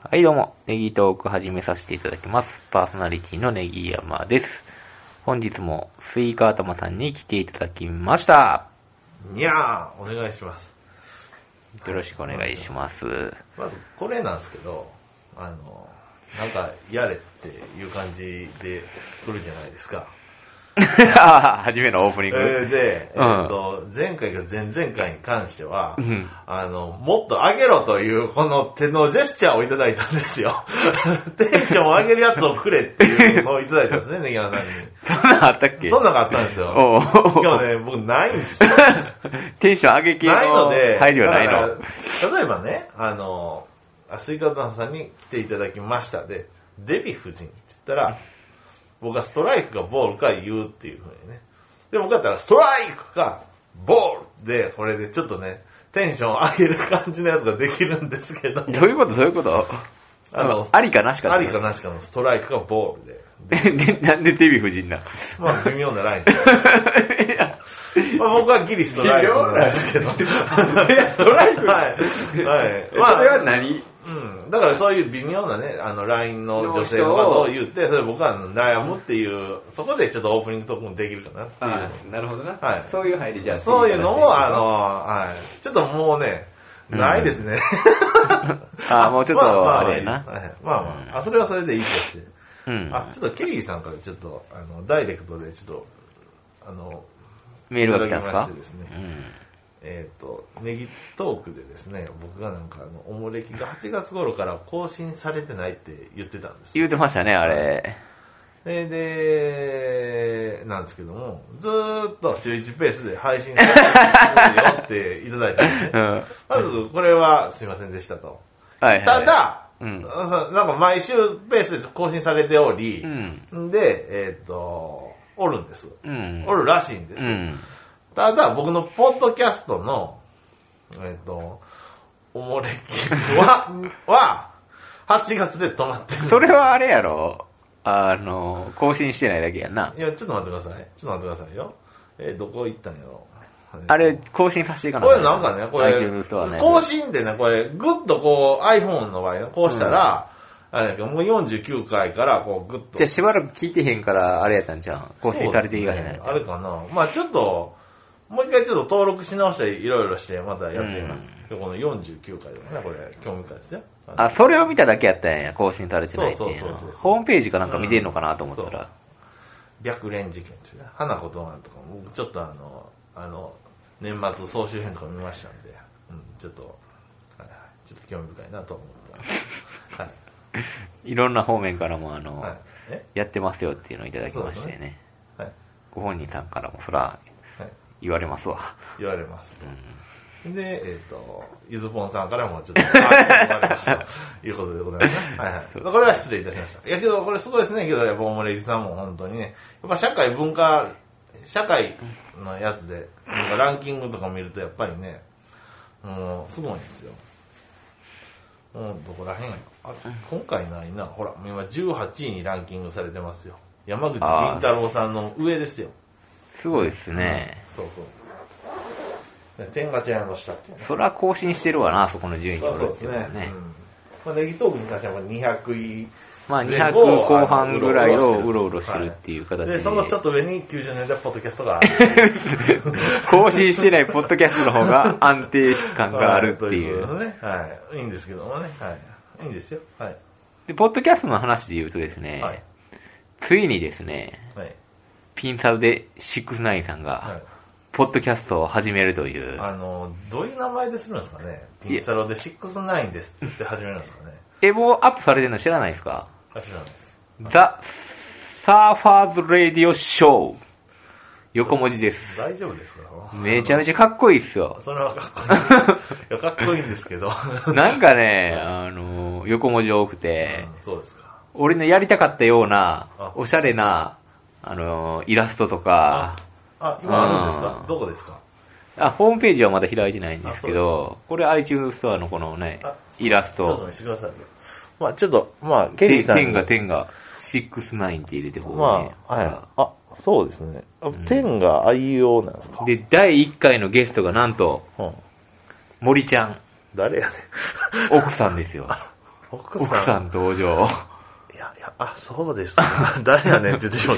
はい、どうも、ネギトーク始めさせていただきます。パーソナリティのネギ山です。本日もスイカ頭さんに来ていただきました。にゃーお願いします。よろしくお願いします。 まず、これなんですけど、あの、なんか、やれっていう感じで来るじゃないですか。あー初めのオープニング。えーで、えうんーと、前回か前々回に関してはうん、あの、もっと上げろという、この手のジェスチャーをいただいたんですよ。 テンションを上げるやつをくれっていうのをいただいたんですね、ネギ 山さんそんなんあったっけに。そんなんがあったんですよ。おう今日ね、僕ないんですよ。 テンション上げ系のないので、配慮はないだの。から例えばね、あの、あスイカダンさんに来ていただきましたで、デヴィ夫人って言ったら、僕はストライクかボールか言うっていうふうにね。で、僕だったらストライクかボールで、これでちょっとね、テンション上げる感じのやつができるんですけど、どういうことどういうことあのありかなしかってありかなしかのストライクかボールで。 でなんでデヴィ夫人 な まあ微妙なラインですねまあ僕はギリストライクなんですけど。ストライクはい。はい。それは何うん、だからそういう微妙なね、あの、LINE の女性のことを言って、それ僕は悩むっていう、そこでちょっとオープニングトークもできるかなってあいあなるほどな、はいそういう入りじゃう。あそういうのを、あのの、はい。ちょっともうね、ないですね。ああもうちょっままとあれやな、はいまあまあ、あ、それはそれでいいとして。うんあ、ちょっとケリーさんからちょっと、あの、ダイレクトでちょっと、あの、メールが来たんですいただかきましてですねうんえっ、と、ネギトークでですね、僕がなんか、あの、おもれきが8月頃から更新されてないって言ってたんです。言うてましたねあれで、で、なんですけども、ずーっと週1ペースで配信されてるよっていただいたんですねう。んまず、これはすいませんでしたと。はいはいただ、うんなんか毎週ペースで更新されておりう、んで、えっ、と、おるんです。うんおるらしいんです。うんただ、僕のポッドキャストの、えっ、と、おもれきは、は、8月で止まってる。それはあれやろあの更新してないだけやんないや、ちょっと待ってください。ちょっと待ってくださいよ。えーどこ行ったんやろ。あれ更新させていかないこれなんかね、これ、 iTunes ストアね更新でね、これ、ぐっとこう、iPhone の場合ね、こうしたら、あれだけど、もう49回から、こう、ぐっと。じゃあしばらく聞いてへんからあれやったんじゃん更新されていかへんやそうですつねあれかな。まあちょっと、もう一回ちょっと登録し直したり、いろいろして、またやってみます。でこの49回でもね、これ、興味深いですよ。あ、それを見ただけやったんや、更新されてないっていうそうのそうそうそうホームページかなんか見てんのかなと思ったら。白蓮事件ですね。花子となんとかも、僕ちょっとあの、あの、年末総集編とか見ましたんで、うん、ちょっと、はいはい、ちょっと興味深いなと思った。はい。 いろんな方面からも、あの、はい。えやってますよっていうのをいただきましてそうね。ではい。ご本人さんからも、そら、はい。言われますわ。言われます。うんで、えっ、と、ゆずぽんさんからもちょっと、あー言われますということでございますね。はいはい。これは失礼いたしました。いやけど、これすごいですね。けど、やっぱ、おもれぎさんも本当にね、やっぱ社会文化、社会のやつで、なんかランキングとか見ると、やっぱりね、もう、すごいんですよ。もう、どこら辺あ、今回ないな。ほら、今18位にランキングされてますよ。山口倫太郎さんの上ですよ。すごいですね。そうそう。天がちゃんの下っていうね。そら更新してるわな、そこの順位にまあそ俺うっでてすいうのはね。ねう。んまあ、ネギトークに関しては200位。まあ200後半ぐらいをうろうろしてるっていう形でで、そのちょっと上に90年代ポッドキャストがある。 更新してないポッドキャストの方が安定感があるっていはとことう。でね。はい。いいんですけどもね。はい。いいんですよ。はい。で、ポッドキャストの話で言うとですね、はい。ついにですね、はい。ピンサウで69さんはがい、ポッドキャストを始めるという、あの、どういう名前でするんですかね。ピンサロで69ですって言って始めるんですかね。エボアップされてるの知らないですかあ、知らないです。ザ・サーファーズ・レディオ・ショー。横文字です。大丈夫ですかめちゃめちゃかっこいいっすよ。 それはかっこいい。いや、かっこいいんですけど。 なんかね、あの、横文字多くて、うんそうですか。俺のやりたかったようなあ、おしゃれな、あの、イラストとか、あ、今あるんですかうんどこですかあ、ホームページはまだ開いてないんですけあど、これ iTunes ストアのこのねあ、イラスちょっとト、見してくださいよ。まあちょっと、まあケリー天さんに。が天が、69って入れてほうまあはい。あ、そうですね。あ天が愛用なんですかで、第1回のゲストがなんと、うん森ちゃん、誰やね ん。奥さんですよ。奥奥さん登場。いや、いや、あ、そうで すか。誰やねんって言ってしまっ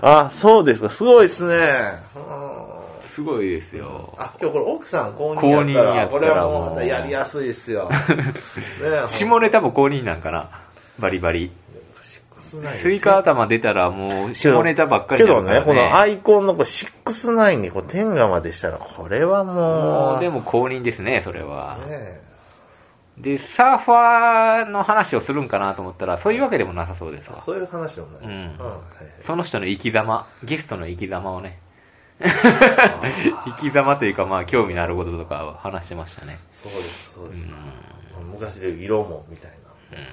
た。あ、そうですか。すごいですね。うんすごいですよ。あ、今日これ奥さん公認やった公ら、こ認れやったらもはうもうまたやりやすいで すよ。ね 下ネタも公認なんかな。バリバリ。スイカ頭出たらもう下ネタばっかりけになどるから、ね、このアね。イコンのこう69にこう天下までしたら、これはももう、うでも公認ですね、それは。ねで、サーファーの話をするんかなと思ったら、そういうわけでもなさそうですわ。そういう話でもない。うんはいはいその人の生き様、ゲストの生き様をね、 生き様というかまあ興味のあることとかは話してましたね。そうです、そううです。ん。昔でいう色もみたいな、うんね。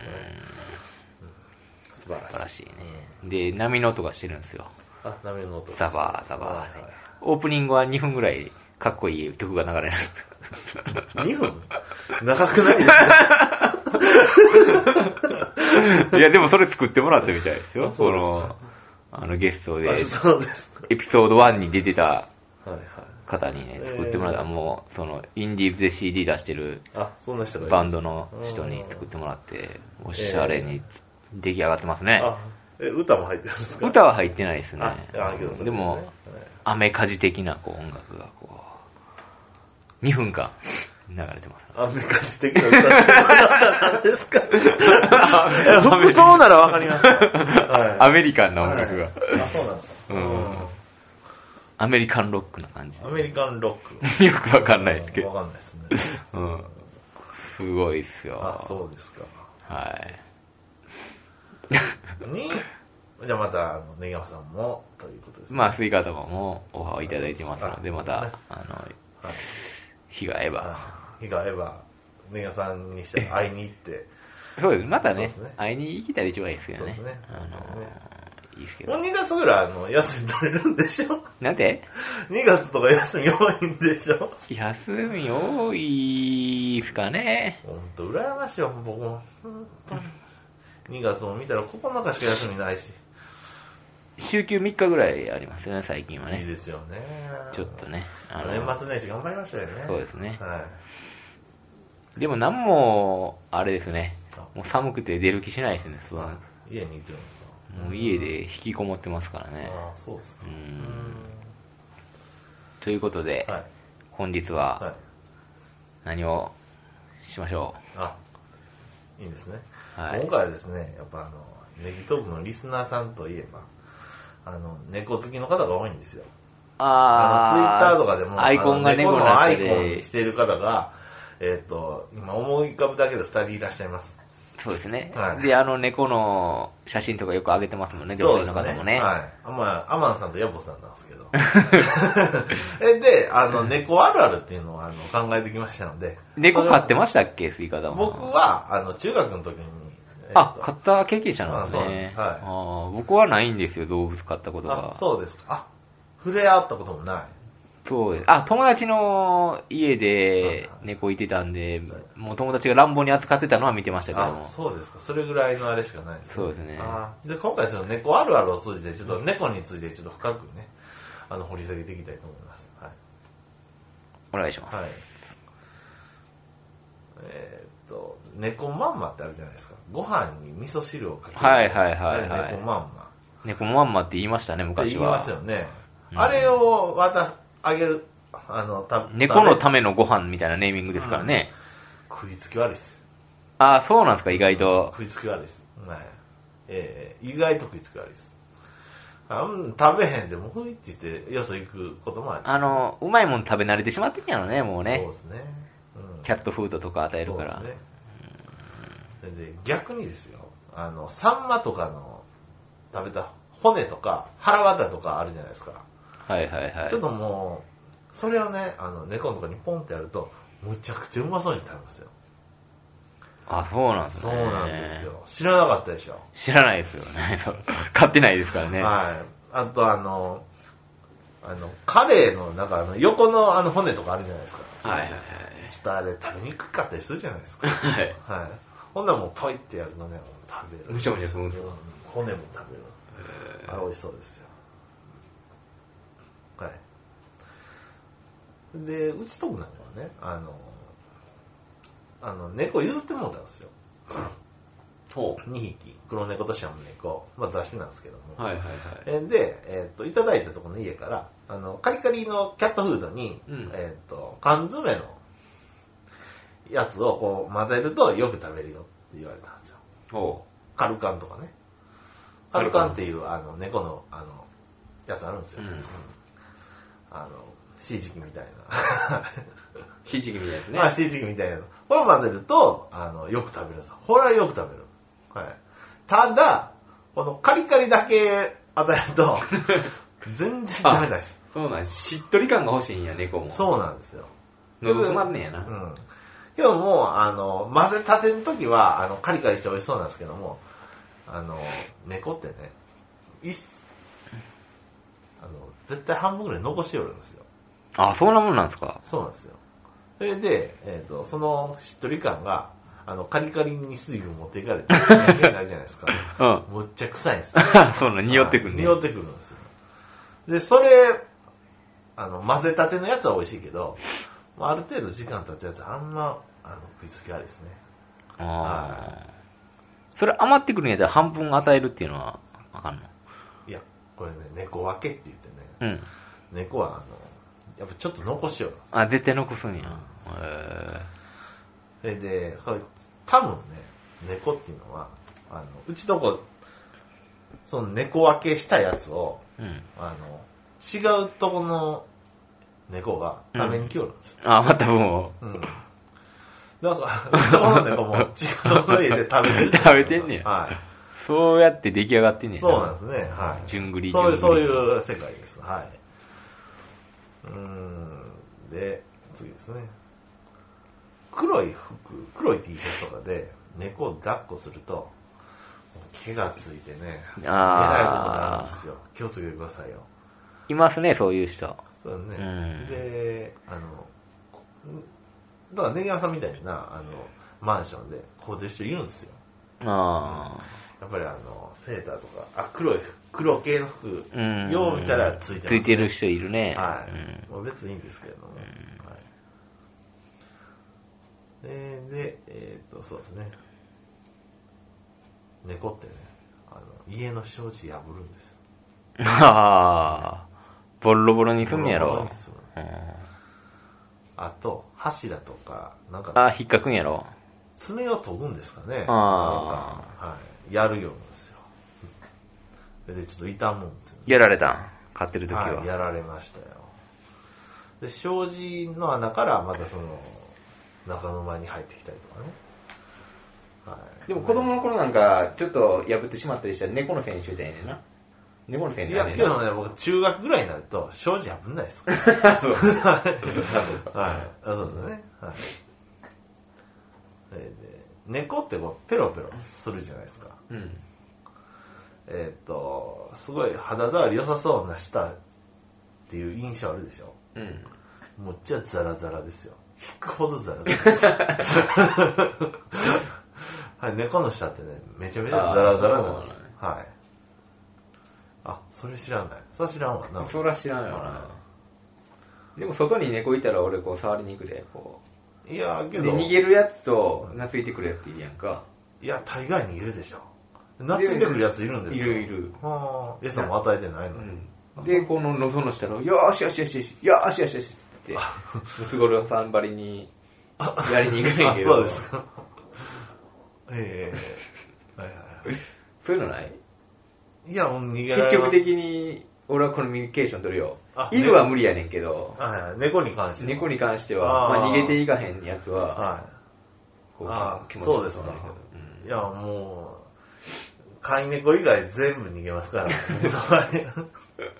素晴らし素い。晴らしいね。で、波の音がしてるんですよ。あ、波の音。ザバーザバーはいねはい。オープニングは2分ぐらいかっこいい曲が流れる。 2分長くないです か いや、でもそれ作ってもらったみたいですよ。あそそうですかの、あのゲストであ、そうですか。エピソード1に出てたはいはい。方にね、作ってもらった、えーもう、その、インディーズで CD 出してるあ、そんな人がいるバンドの人に作ってもらって、おしゃれに出来上がってますね。あ、え、歌も入ってるんですか歌は入ってないですねああけどそれ。ねでも、アメカジ的なこう音楽がこう、2分間流れて ます。アメカジ的な歌って 何ですか服装ならわかりますよ。はいアメリカンな音楽が。はいあ、そうなんですか。うんアメリカンロックな感じアメリカンロッで。 よくわかク。んないですけわど。かんないですね。うん。すごいっすあ、よ。そうですか。はい。に、じゃあまた、あの根川さんも、ということですね。まあ、スイカ頭もオファーをいただいてますので、あまた、あの、はい。日が合えば。あ日が合えば、根川さんにして会いに行って、そうです。またそうねですね、会いに行きたら一番いいですけどねそうですね。あの、いいですけもうど。 2月ぐらい、あの、休み取れるんでしょなんで ?2 月とか休み多いんでしょ休み多いっすかね。ほんと、羨ましいわ、僕も。ほんとに。2月も見たら9日しか休みないし。週休3日ぐらいありますよね、最近はいいね。ですよね。ちょっとね。あの年末年始頑張りましたよね。そうですねはでもなんも、あれですねあ。。もう寒くて出る気しないですね、そうない家にいてるんですかもう家で引きこもってますからね。ああ、そうですか。ううんん。ということで、はい。本日ははい。何をしましょあ、いいですね。はい今回はですね、やっぱあの、ネギトークのリスナーさんといえば、あの、猫好きの方が多いんですよ。うあの、ツイッあターーとかでも、アイコンがあの猫のなアんイでコンにしてる方が、えっ、と、今思い浮かぶだけで2人いらっしゃいます。そうですね、はいで、あの猫の写真とかよく上げてますもんね、女性のそうで方すもね。はい。あまあ、アマンさんとヤボさんなんですけ ど。えで、あの、猫あるあるっていうのをあの考えてきましたので。猫飼ってまましたっけ、スイカだもん。僕は、あの、中学の時に、えっとあ、買った経験者なんですね。あそうなんですはいあー僕はないんですよ、動物飼ったことあが。そうですか。あ、触れ合ったこともない。そうです。あ、友達の家はいではい猫いてたんではい、もう友達が乱暴に扱ってたのは見てましたけどあも。そうですか。それぐらいのあれしかないです、そうですねあで今回、その猫あるあるを通じて、ちょっと猫についてちょっと深くね、あの、掘り下げていきたいと思います。はい。お願いします。はい。えーっと、猫まんまってあるじゃないですか。ご飯に味噌汁をかける。はいはいはいはいあれ猫まんま。猫まんまって言いましたね、って昔言いまはす。よね。うんあれを渡す、あげる、あの、た猫の食ためのご飯みたいなネーミングですからね。べ食いつき悪いです。ああ、そうなんですか、意外と。食いつき悪いです。はい。えー意外と食いつき悪いです。あん食べへんでも、ふいって言って、よそ行くこともある。あの、うまいもん食べ慣れてしまってんやろね、もうそねう。ですね。うんキャットフードとか与えるからそう。ですね。で逆にですよ、あの、サンマとかの食べた骨とか、腹綿とかあるじゃないですか。はいはいはいちょっ。ともう、それをね、あの、猫のとこにポンってやると、むちゃくちゃうまそうに食べますよ。あ、そうなんですそね。うなんです。よ。知らなかったでしょ。知らないですよね。 そう買ってないですからね。はい。あとあの、あの、カレーの、なんかあの、横のあの骨とかあるじゃないですか。はいはいちょっとあれ食べにくかったりするじゃないですか。はい。はい。はい。ほんならもうポイってやるのね、食べる。むしゃむしゃするんうですんよ骨も食べる。あれ美味しそうですよ。はい。で、うちとこなんかはね、あの、あの、猫譲ってもうたんですよ。ほ2匹、黒猫とシャム猫、まあ雑種なんですけども。はいはいはい。えーで、えっ、と、いただいたところの家から、あの、カリカリのキャットフードに、うんえっ、と、缶詰のやつをこう混ぜるとよく食べるよって言われたんですよ。ほカルカンとかね。カルカンっていう、あの、猫の、あの、やつあるんですよ。うんあの、シージキみたい な。う。ひじきみたいですね。まあ、シーチキみたいなの。これを混ぜると、あの、よく食べるんですよ。これはよく食べる。はい。ただ、このカリカリだけ与える と、全然食べないです。そうなんしっとり感が欲しいんや、猫も。う。そうなんですよ。喉詰まんねやうな。ん。けどもう、あの、混ぜたての時は、あの、カリカリして美味しそうなんですけども、あの、猫ってね、いっあの、絶対半分ぐらい残しておるんですよ。あ、そんなもんなんですか。そうなんですよ。それで、えっ、と、そのしっとり感が、あの、カリカリに水分持っていかれて、変になるじゃないです か。うん。むっちゃ臭いんですよ。 そうなん、匂ってくんね。匂ってくるんですよ。で、それ、あの、混ぜたてのやつは美味しいけど、まあある程度時間経ったやつはあんま、あの、食いつき悪いですね。あーそれ余ってくるんやったら半分与えるっていうのは、あかんの。いや、これね、猫分けって言ってね、うん。猫はあの、やっぱちょっと残しよう。あ、絶対残すんや。へそれで、これ多分ね、猫っていうのは、あの、うちの子、その猫分けしたやつを、え。うん。あの、違うとこの猫が食べに来よるんですよ。あ、またもうん。だから、うちの子の猫も違う家で 食べてる。食べてんねやはう、そうやって出来上がってんねい。んそうなんですね。はい。じゅんぐりそういじう、ゅんそうぐいりう世界です。はい。うーん。で、次ですね。黒い服、黒い T シャツとかで、猫を抱っこすると、もう毛がついてね、えらいことになるあんですよ。気をつけてくださいよ。ーいますね、そういう人。そうね。うんで、あの、んだからネギさんみたいな、あの、マンションで、こうで人いるんですよ。あやっぱりあの、セーターとか、あ、黒い、黒系の服、あ。うん。よう見たらついてます、ついてる人いるね。はい。うんまあ別にいいんですけれども。はい、で、でえーっと、そうですね。猫ってね、あの家の障子破るんです。ああ。ボロボロにすんねやボロボロろにする。うんあと、柱とか、なんか、あ、引っかくんやろ。爪を研ぐんですかあね。なんかはい。やるようなんですよ。それで、ちょっと痛むんですよね。やられたん買ってる時はい、やは。られましたよ。で、障子の穴からまたその、中の間に入ってきたりとかね。はい。でも子供の頃なんか、ちょっと破ってしまったりしたら猫の選手みたいねんな。猫の選い手だや、ねんけな。どね、僕、中学ぐらいになると、障子破んない ですから。はい。あそうですね。はい。それで、猫ってこう、ペロペロするじゃないですか。うん。えーっと、すごい肌触り良さそうな舌っていう印象あるでしょ。うん。もっちゃザラザラですよ。引くほどザラザラです。はい、猫の舌ってね、めちゃめちゃザラザラなんであーすそう。はい。あ、それ知らない。それ知らんわな。そら知らんよな。でも外に猫いたら俺こう触りに行くで、こいやーう。けで、ど、逃げるやつと懐いてくるやついるやんか。いや、大概逃げるでしょ。懐いてくるやついるんですよ。いるいるはあ、餌も与えてないのに。うん。で、この喉の下の、よーしよしよしよし、よーしよしよしって、 ムツゴロウさんばりに、やりに行くねんやあ、けど。そうですか。ええはいはいはそういうのないい。いや、もう逃げられま積極的に、俺はコミュニケーション取るよあ。犬は無理やねんけど、はいはい、猫に関しては。猫に関しては、あーまあ、逃げていかへんやつは、はい。こあ気あ持ちそうですよくかなるけどうん。いや、もう、飼い猫以外全部逃げますから。はい。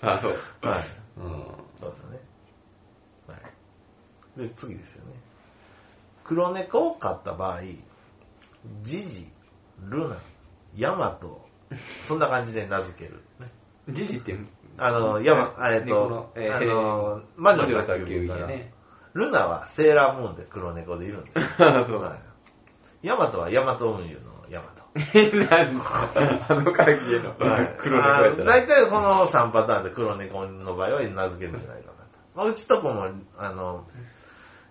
あ、そう。はいうん。そうですよね。はい。で、次ですよね。黒猫を飼った場合、ジジ、ルナ、ヤマト、そんな感じで名付ける。ねジジって、あの、ヤマ、あえっ猫との、えーあの、魔魔女女のの宅宅急急便便からやね。ルナはセーラームーンで黒猫でいるんですよ。あそうなんはいヤマトはヤマト運輸のヤマト。なんだあのから消えのはい 黒猫やったら。あー大体この3パターンで黒猫の場合は名付けるんじゃないかなと。まあ、うちとこも、あの、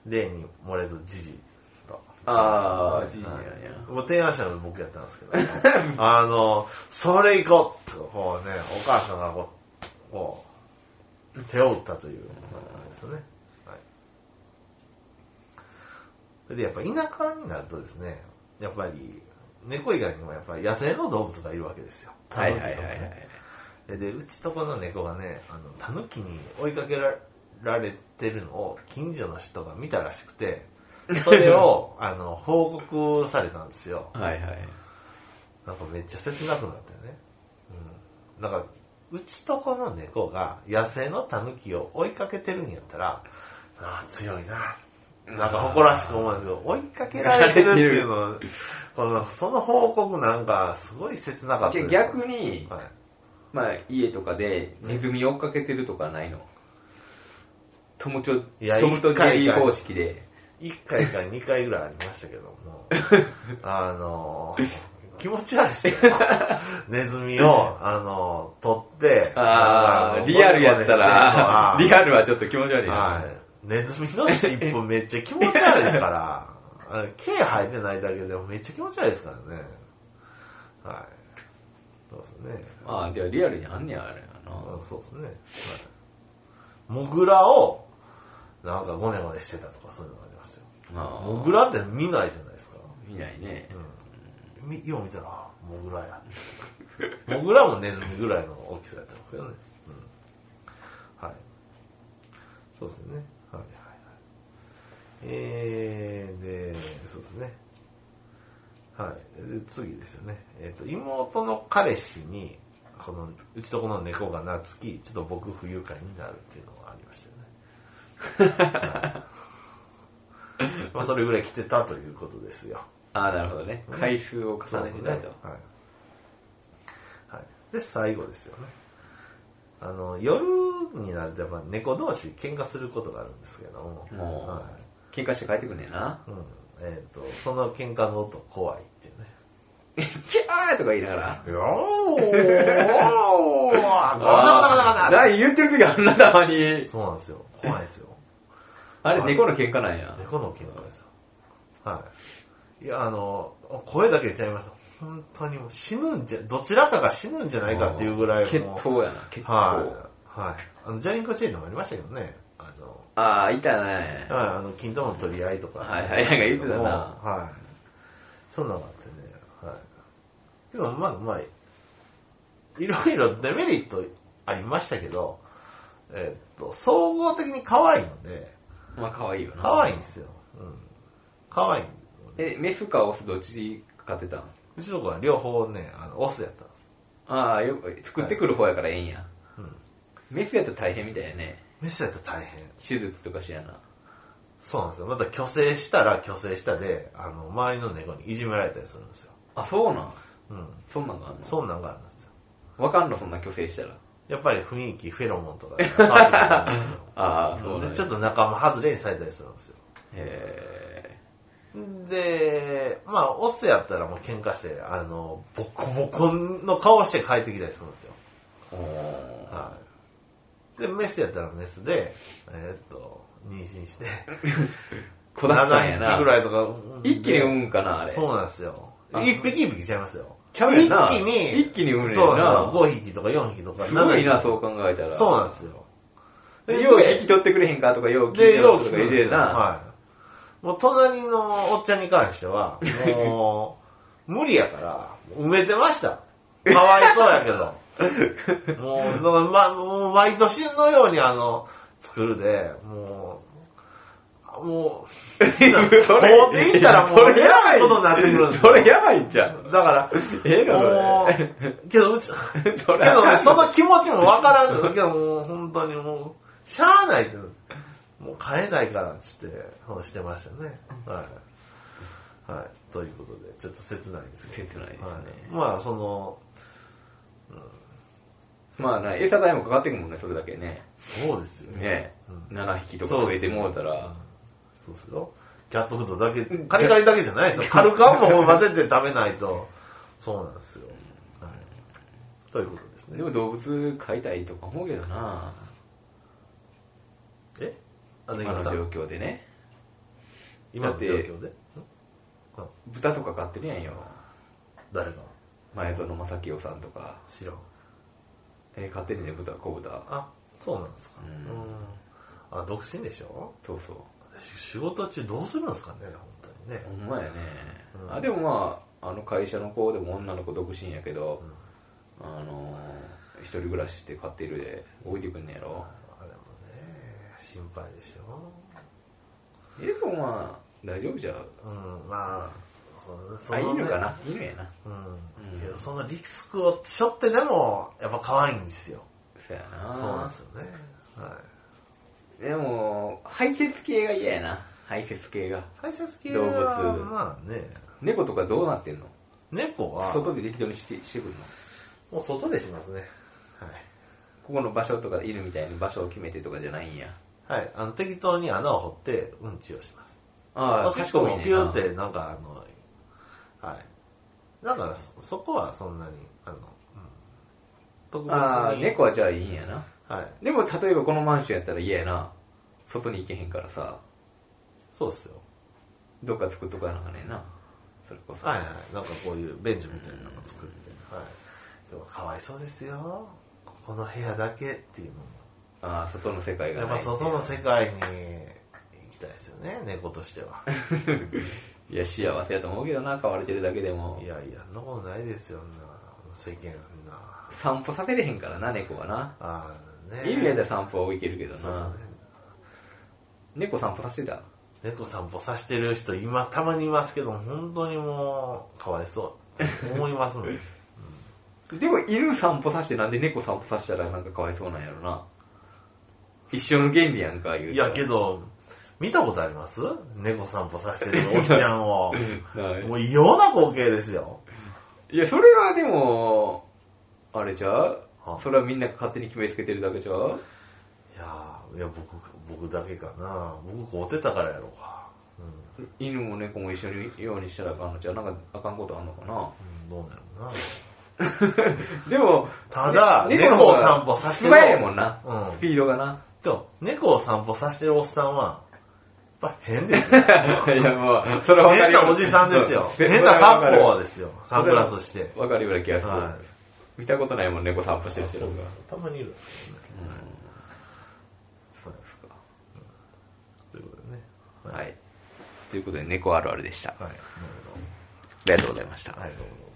例に漏れず、ジジと。ああ、ジニアや。もう提案したの僕やったんですけど、あの、それ行こうと、こうね、お母さんがこう、こう、手を打ったという、ですね。はい。それでやっぱ田舎になるとですね、やっぱり、猫以外にもやっぱり野生の動物がいるわけですよ。はいはいはいは狸とかねい。で、うちとこの猫がね、あの、タヌキに追いかけらられてるのを近所の人が見たらしくて、それ を、あの、報告されたんですよ。はいはい。なんかめっちゃ切なくなったよね。うん。なんか、うちとこの猫が野生のタヌキを追いかけてるんやったら、ああ、強いな。なんか誇らしく思うんですけど、追いかけられてるっていうのは、この、その報告なんか、すごい切なかったじでゃあす。逆に、はい。まあ家とかでネズミ追っかけてるとかないの友と、トいやムとジェリー方式で。 1回か2回ぐらいありましたけど も、あの、気持ち悪いですよ。ネズミを、あの、取って、ああ、のリアルやったら、ゴリリゴリしてるのはアルはちょっと気持ち悪いは。ないネズミの尻尾めっちゃ気持ち悪いですから、あの毛生えてないだけでもめっちゃ気持ち悪いですからね。はい。そうですね。まあじゃあリアルにあんねや、あれやな。うんそうですね。はい。モグラを、なんかゴネゴネしてたとかそういうのがありましたよ。まあモグラって見ないじゃないですか。見ない ね。うんみよう見たら、あモグラや。モグラもネズミぐらいの大きさやったんですけどね。うん、はい。そうですね。はいはいはい。えー、で、そうですね。はい。で次ですよね。えっ、と、妹の彼氏に、この、うちとこの猫が夏き、ちょっと僕不愉快になるっていうのがありましたよね。はいまあ、それぐらい来てたということですよ。ああ、なるほどね。回数を重ねてないと。はい。はい、で、最後ですよね。あの、夜になるとやっぱ猫同士喧嘩することがあるんですけども、もうは喧嘩して帰ってくんねんな。いうんえっ、と、その喧嘩の音怖いっていうね。キャーとか言いながら。よーガあー何言ってる時あんなたまに。そうなんですよ。怖いですよ。あれ、猫の喧嘩なんや。猫の喧嘩ですよ。はい。いや、あの、声だけ出ちゃいました。本当にもう死ぬんじゃ、どちらかが死ぬんじゃないかっていうぐらいもう。血統やな、血統は。い。はい。あの、ジャリンコチェーンでもありましたけどね。あの、ああ、いたね。はい、あの、金玉の取り合いとか。はいはいなんか言ってたなはい。そんなのがあってね。はい。でも、まあ、まあ、いろいろデメリットありましたけど、えっと、総合的に可愛いので、まあ、可愛いよな。可愛いんですよ。うん。可愛いので。え、メスかオスどっち飼ってたんうちの子は両方ね、あの、オスやったんです。ああ、よく、作ってくる方やからええんや。うん。メスやったら大変みたいやね。メスやったら大変。手術とかしやな。そうなんですよ。また虚勢したら虚勢したで、あの、周りの猫にいじめられたりするんですよ。あ、そうなん。うん。そんなんがあんのそんなんがあるんですよ。わかんの、そんな虚勢したら。やっぱり雰囲気、フェロモンと かで変わってくるんですよああ、うそうんなんで、やちょっと仲間外れにされたりするんですよ。へで、まあ、オスやったらもう喧嘩して、あの、ボコボコの顔して帰ってきたりするんですよ。え。おーはい。で、メスやったらメスで、えーっと、妊娠 して、子だくさんや7な匹ぐ。らいとか産んで。一気に産むんかな、あれ。そうなんですよ。あ一匹一匹ちゃいますよ。ちゃうやんな一気に。一気に産むねんなそうなんですよ。5匹とか4匹とか。すごいな、 7そう考えた匹ら。そうなんですよ。でよう引き取ってくれへんかとか、よう聞いで、てよようとか聞く言んうでてすよ。な。はい。もう隣のおっちゃんに関しては、もう、無理やから、埋めて ました。かわいそうやけど。もう、のま、もう毎年のようにあの、作るで、もう、あもう、 それこうでいったらもう、それやばいことになってくるんですそよ。れやばいんちゃうだから、ええのそれもう、けど、うち、 それけどね、その気持ちもわからんけど、けどもう本当にもう、しゃあないって、もう買えないからっつって、そうしてましたね。はい。はい。ということで、ちょっと切ないですけど。切ないですねはいまあ、その、まあな、餌代もかかってくもんね、それだけね。そうですよねうん7匹とか増えてもうたら。そうですよ。キャットフードだけ、カリカリだけじゃないですよ。カルカンも混ぜて食べないと。そうなんですよ。はい。ということですでね。も動物飼いたいとか思うけどな。えあの、今今のさ状況でね。今の状況で。ん豚とか買ってるやんよ。誰か前園正清さんとか。知らん。えー、買ってるね、豚、小豚。あ、そうなんですか。うんあ、独身でしょそうそう。仕事中どうするんですかね、本当にねほ。んまやね。うんあ、でもまあ、あの会社の子でも女の子独身やけど、うんあのー、一人暮らしして飼ってるで、置いてくんねやろ。あれもね、心配でしょ。え、でもまあ、大丈夫じゃう。うん、まあ、そそあ、のね犬かな犬やな。うんうんけどそのリスクを背負ってでも、やっぱ可愛いんですよ。そうやそな。うなんですよね。はでも、排泄系が嫌やな。排泄系が。い。排泄系動物は、まあね、猫とかどうなってんの猫は、外で適当にしてしてくるのもう外でしますね。ここの場所とか犬みたいな場所を決めてとかじゃないんや。はい。はい。あの、適当に穴を掘って、うんちをします。ああ、しかも、ピューって、なんか、あの、はい。だから、そそこはそんなに、あの、うん、特別に。ああ、猫はじゃあいいんやな。はい。でも例えばこのマンションやったら嫌やな。外に行けへんからさ、そうっすよ。どっか作っとかなあかんねんな。それこそ。はいはい。なんかこういうベンチみたいなの作って。はい。でもかわいそうですよ。ここの部屋だけっていうのも。ああ、外の世界がやっないぱっていう外の世界に行きたいですよね、猫としては。 いや、幸せやと思うけどな、飼われてるだけでもい。やいや、そんなことないですよ、そんな。世間そんな。散歩させれへんからな、猫はな。ああ、ね。犬やったら散歩は行けるけどそうそうなね。猫散歩させてた猫散歩させてる人今たまにいますけど本当にもうかわいそう思います もん、うんでも犬散歩させてなんで猫散歩させたらなんかかわいそうなんやろな。一緒の原理やんか、言うたいらやけ。ど見たことあります猫散歩させてるおじちゃんをないもう異様な光景ですよいや、それはでも、あれちゃうはそれはみんな勝手に決めつけてるだけちゃういやーいや僕僕だけかな僕こうてたからやろうか、うん犬も猫も一緒にようにしたらあかんのちゃうなんかあかんことあんのか なうんどうなるなでも、ただね猫を散歩させて素早いもんな、うんスピードがな。 でも猫を散歩させてるおっさんはやっぱ変ですよいや、もう、 それは分か変るよなおじさんですよ。うん変なサン それポはーですよ。サングラスして。 わかるような気がする。はい見たことないもん、猫散歩してる人が。うんたまにいるんですけどね。そうですか。ということでね。はい。ということで、猫あるあるでした。あはい。りがなるほどとうございました。はい、どうもどうも。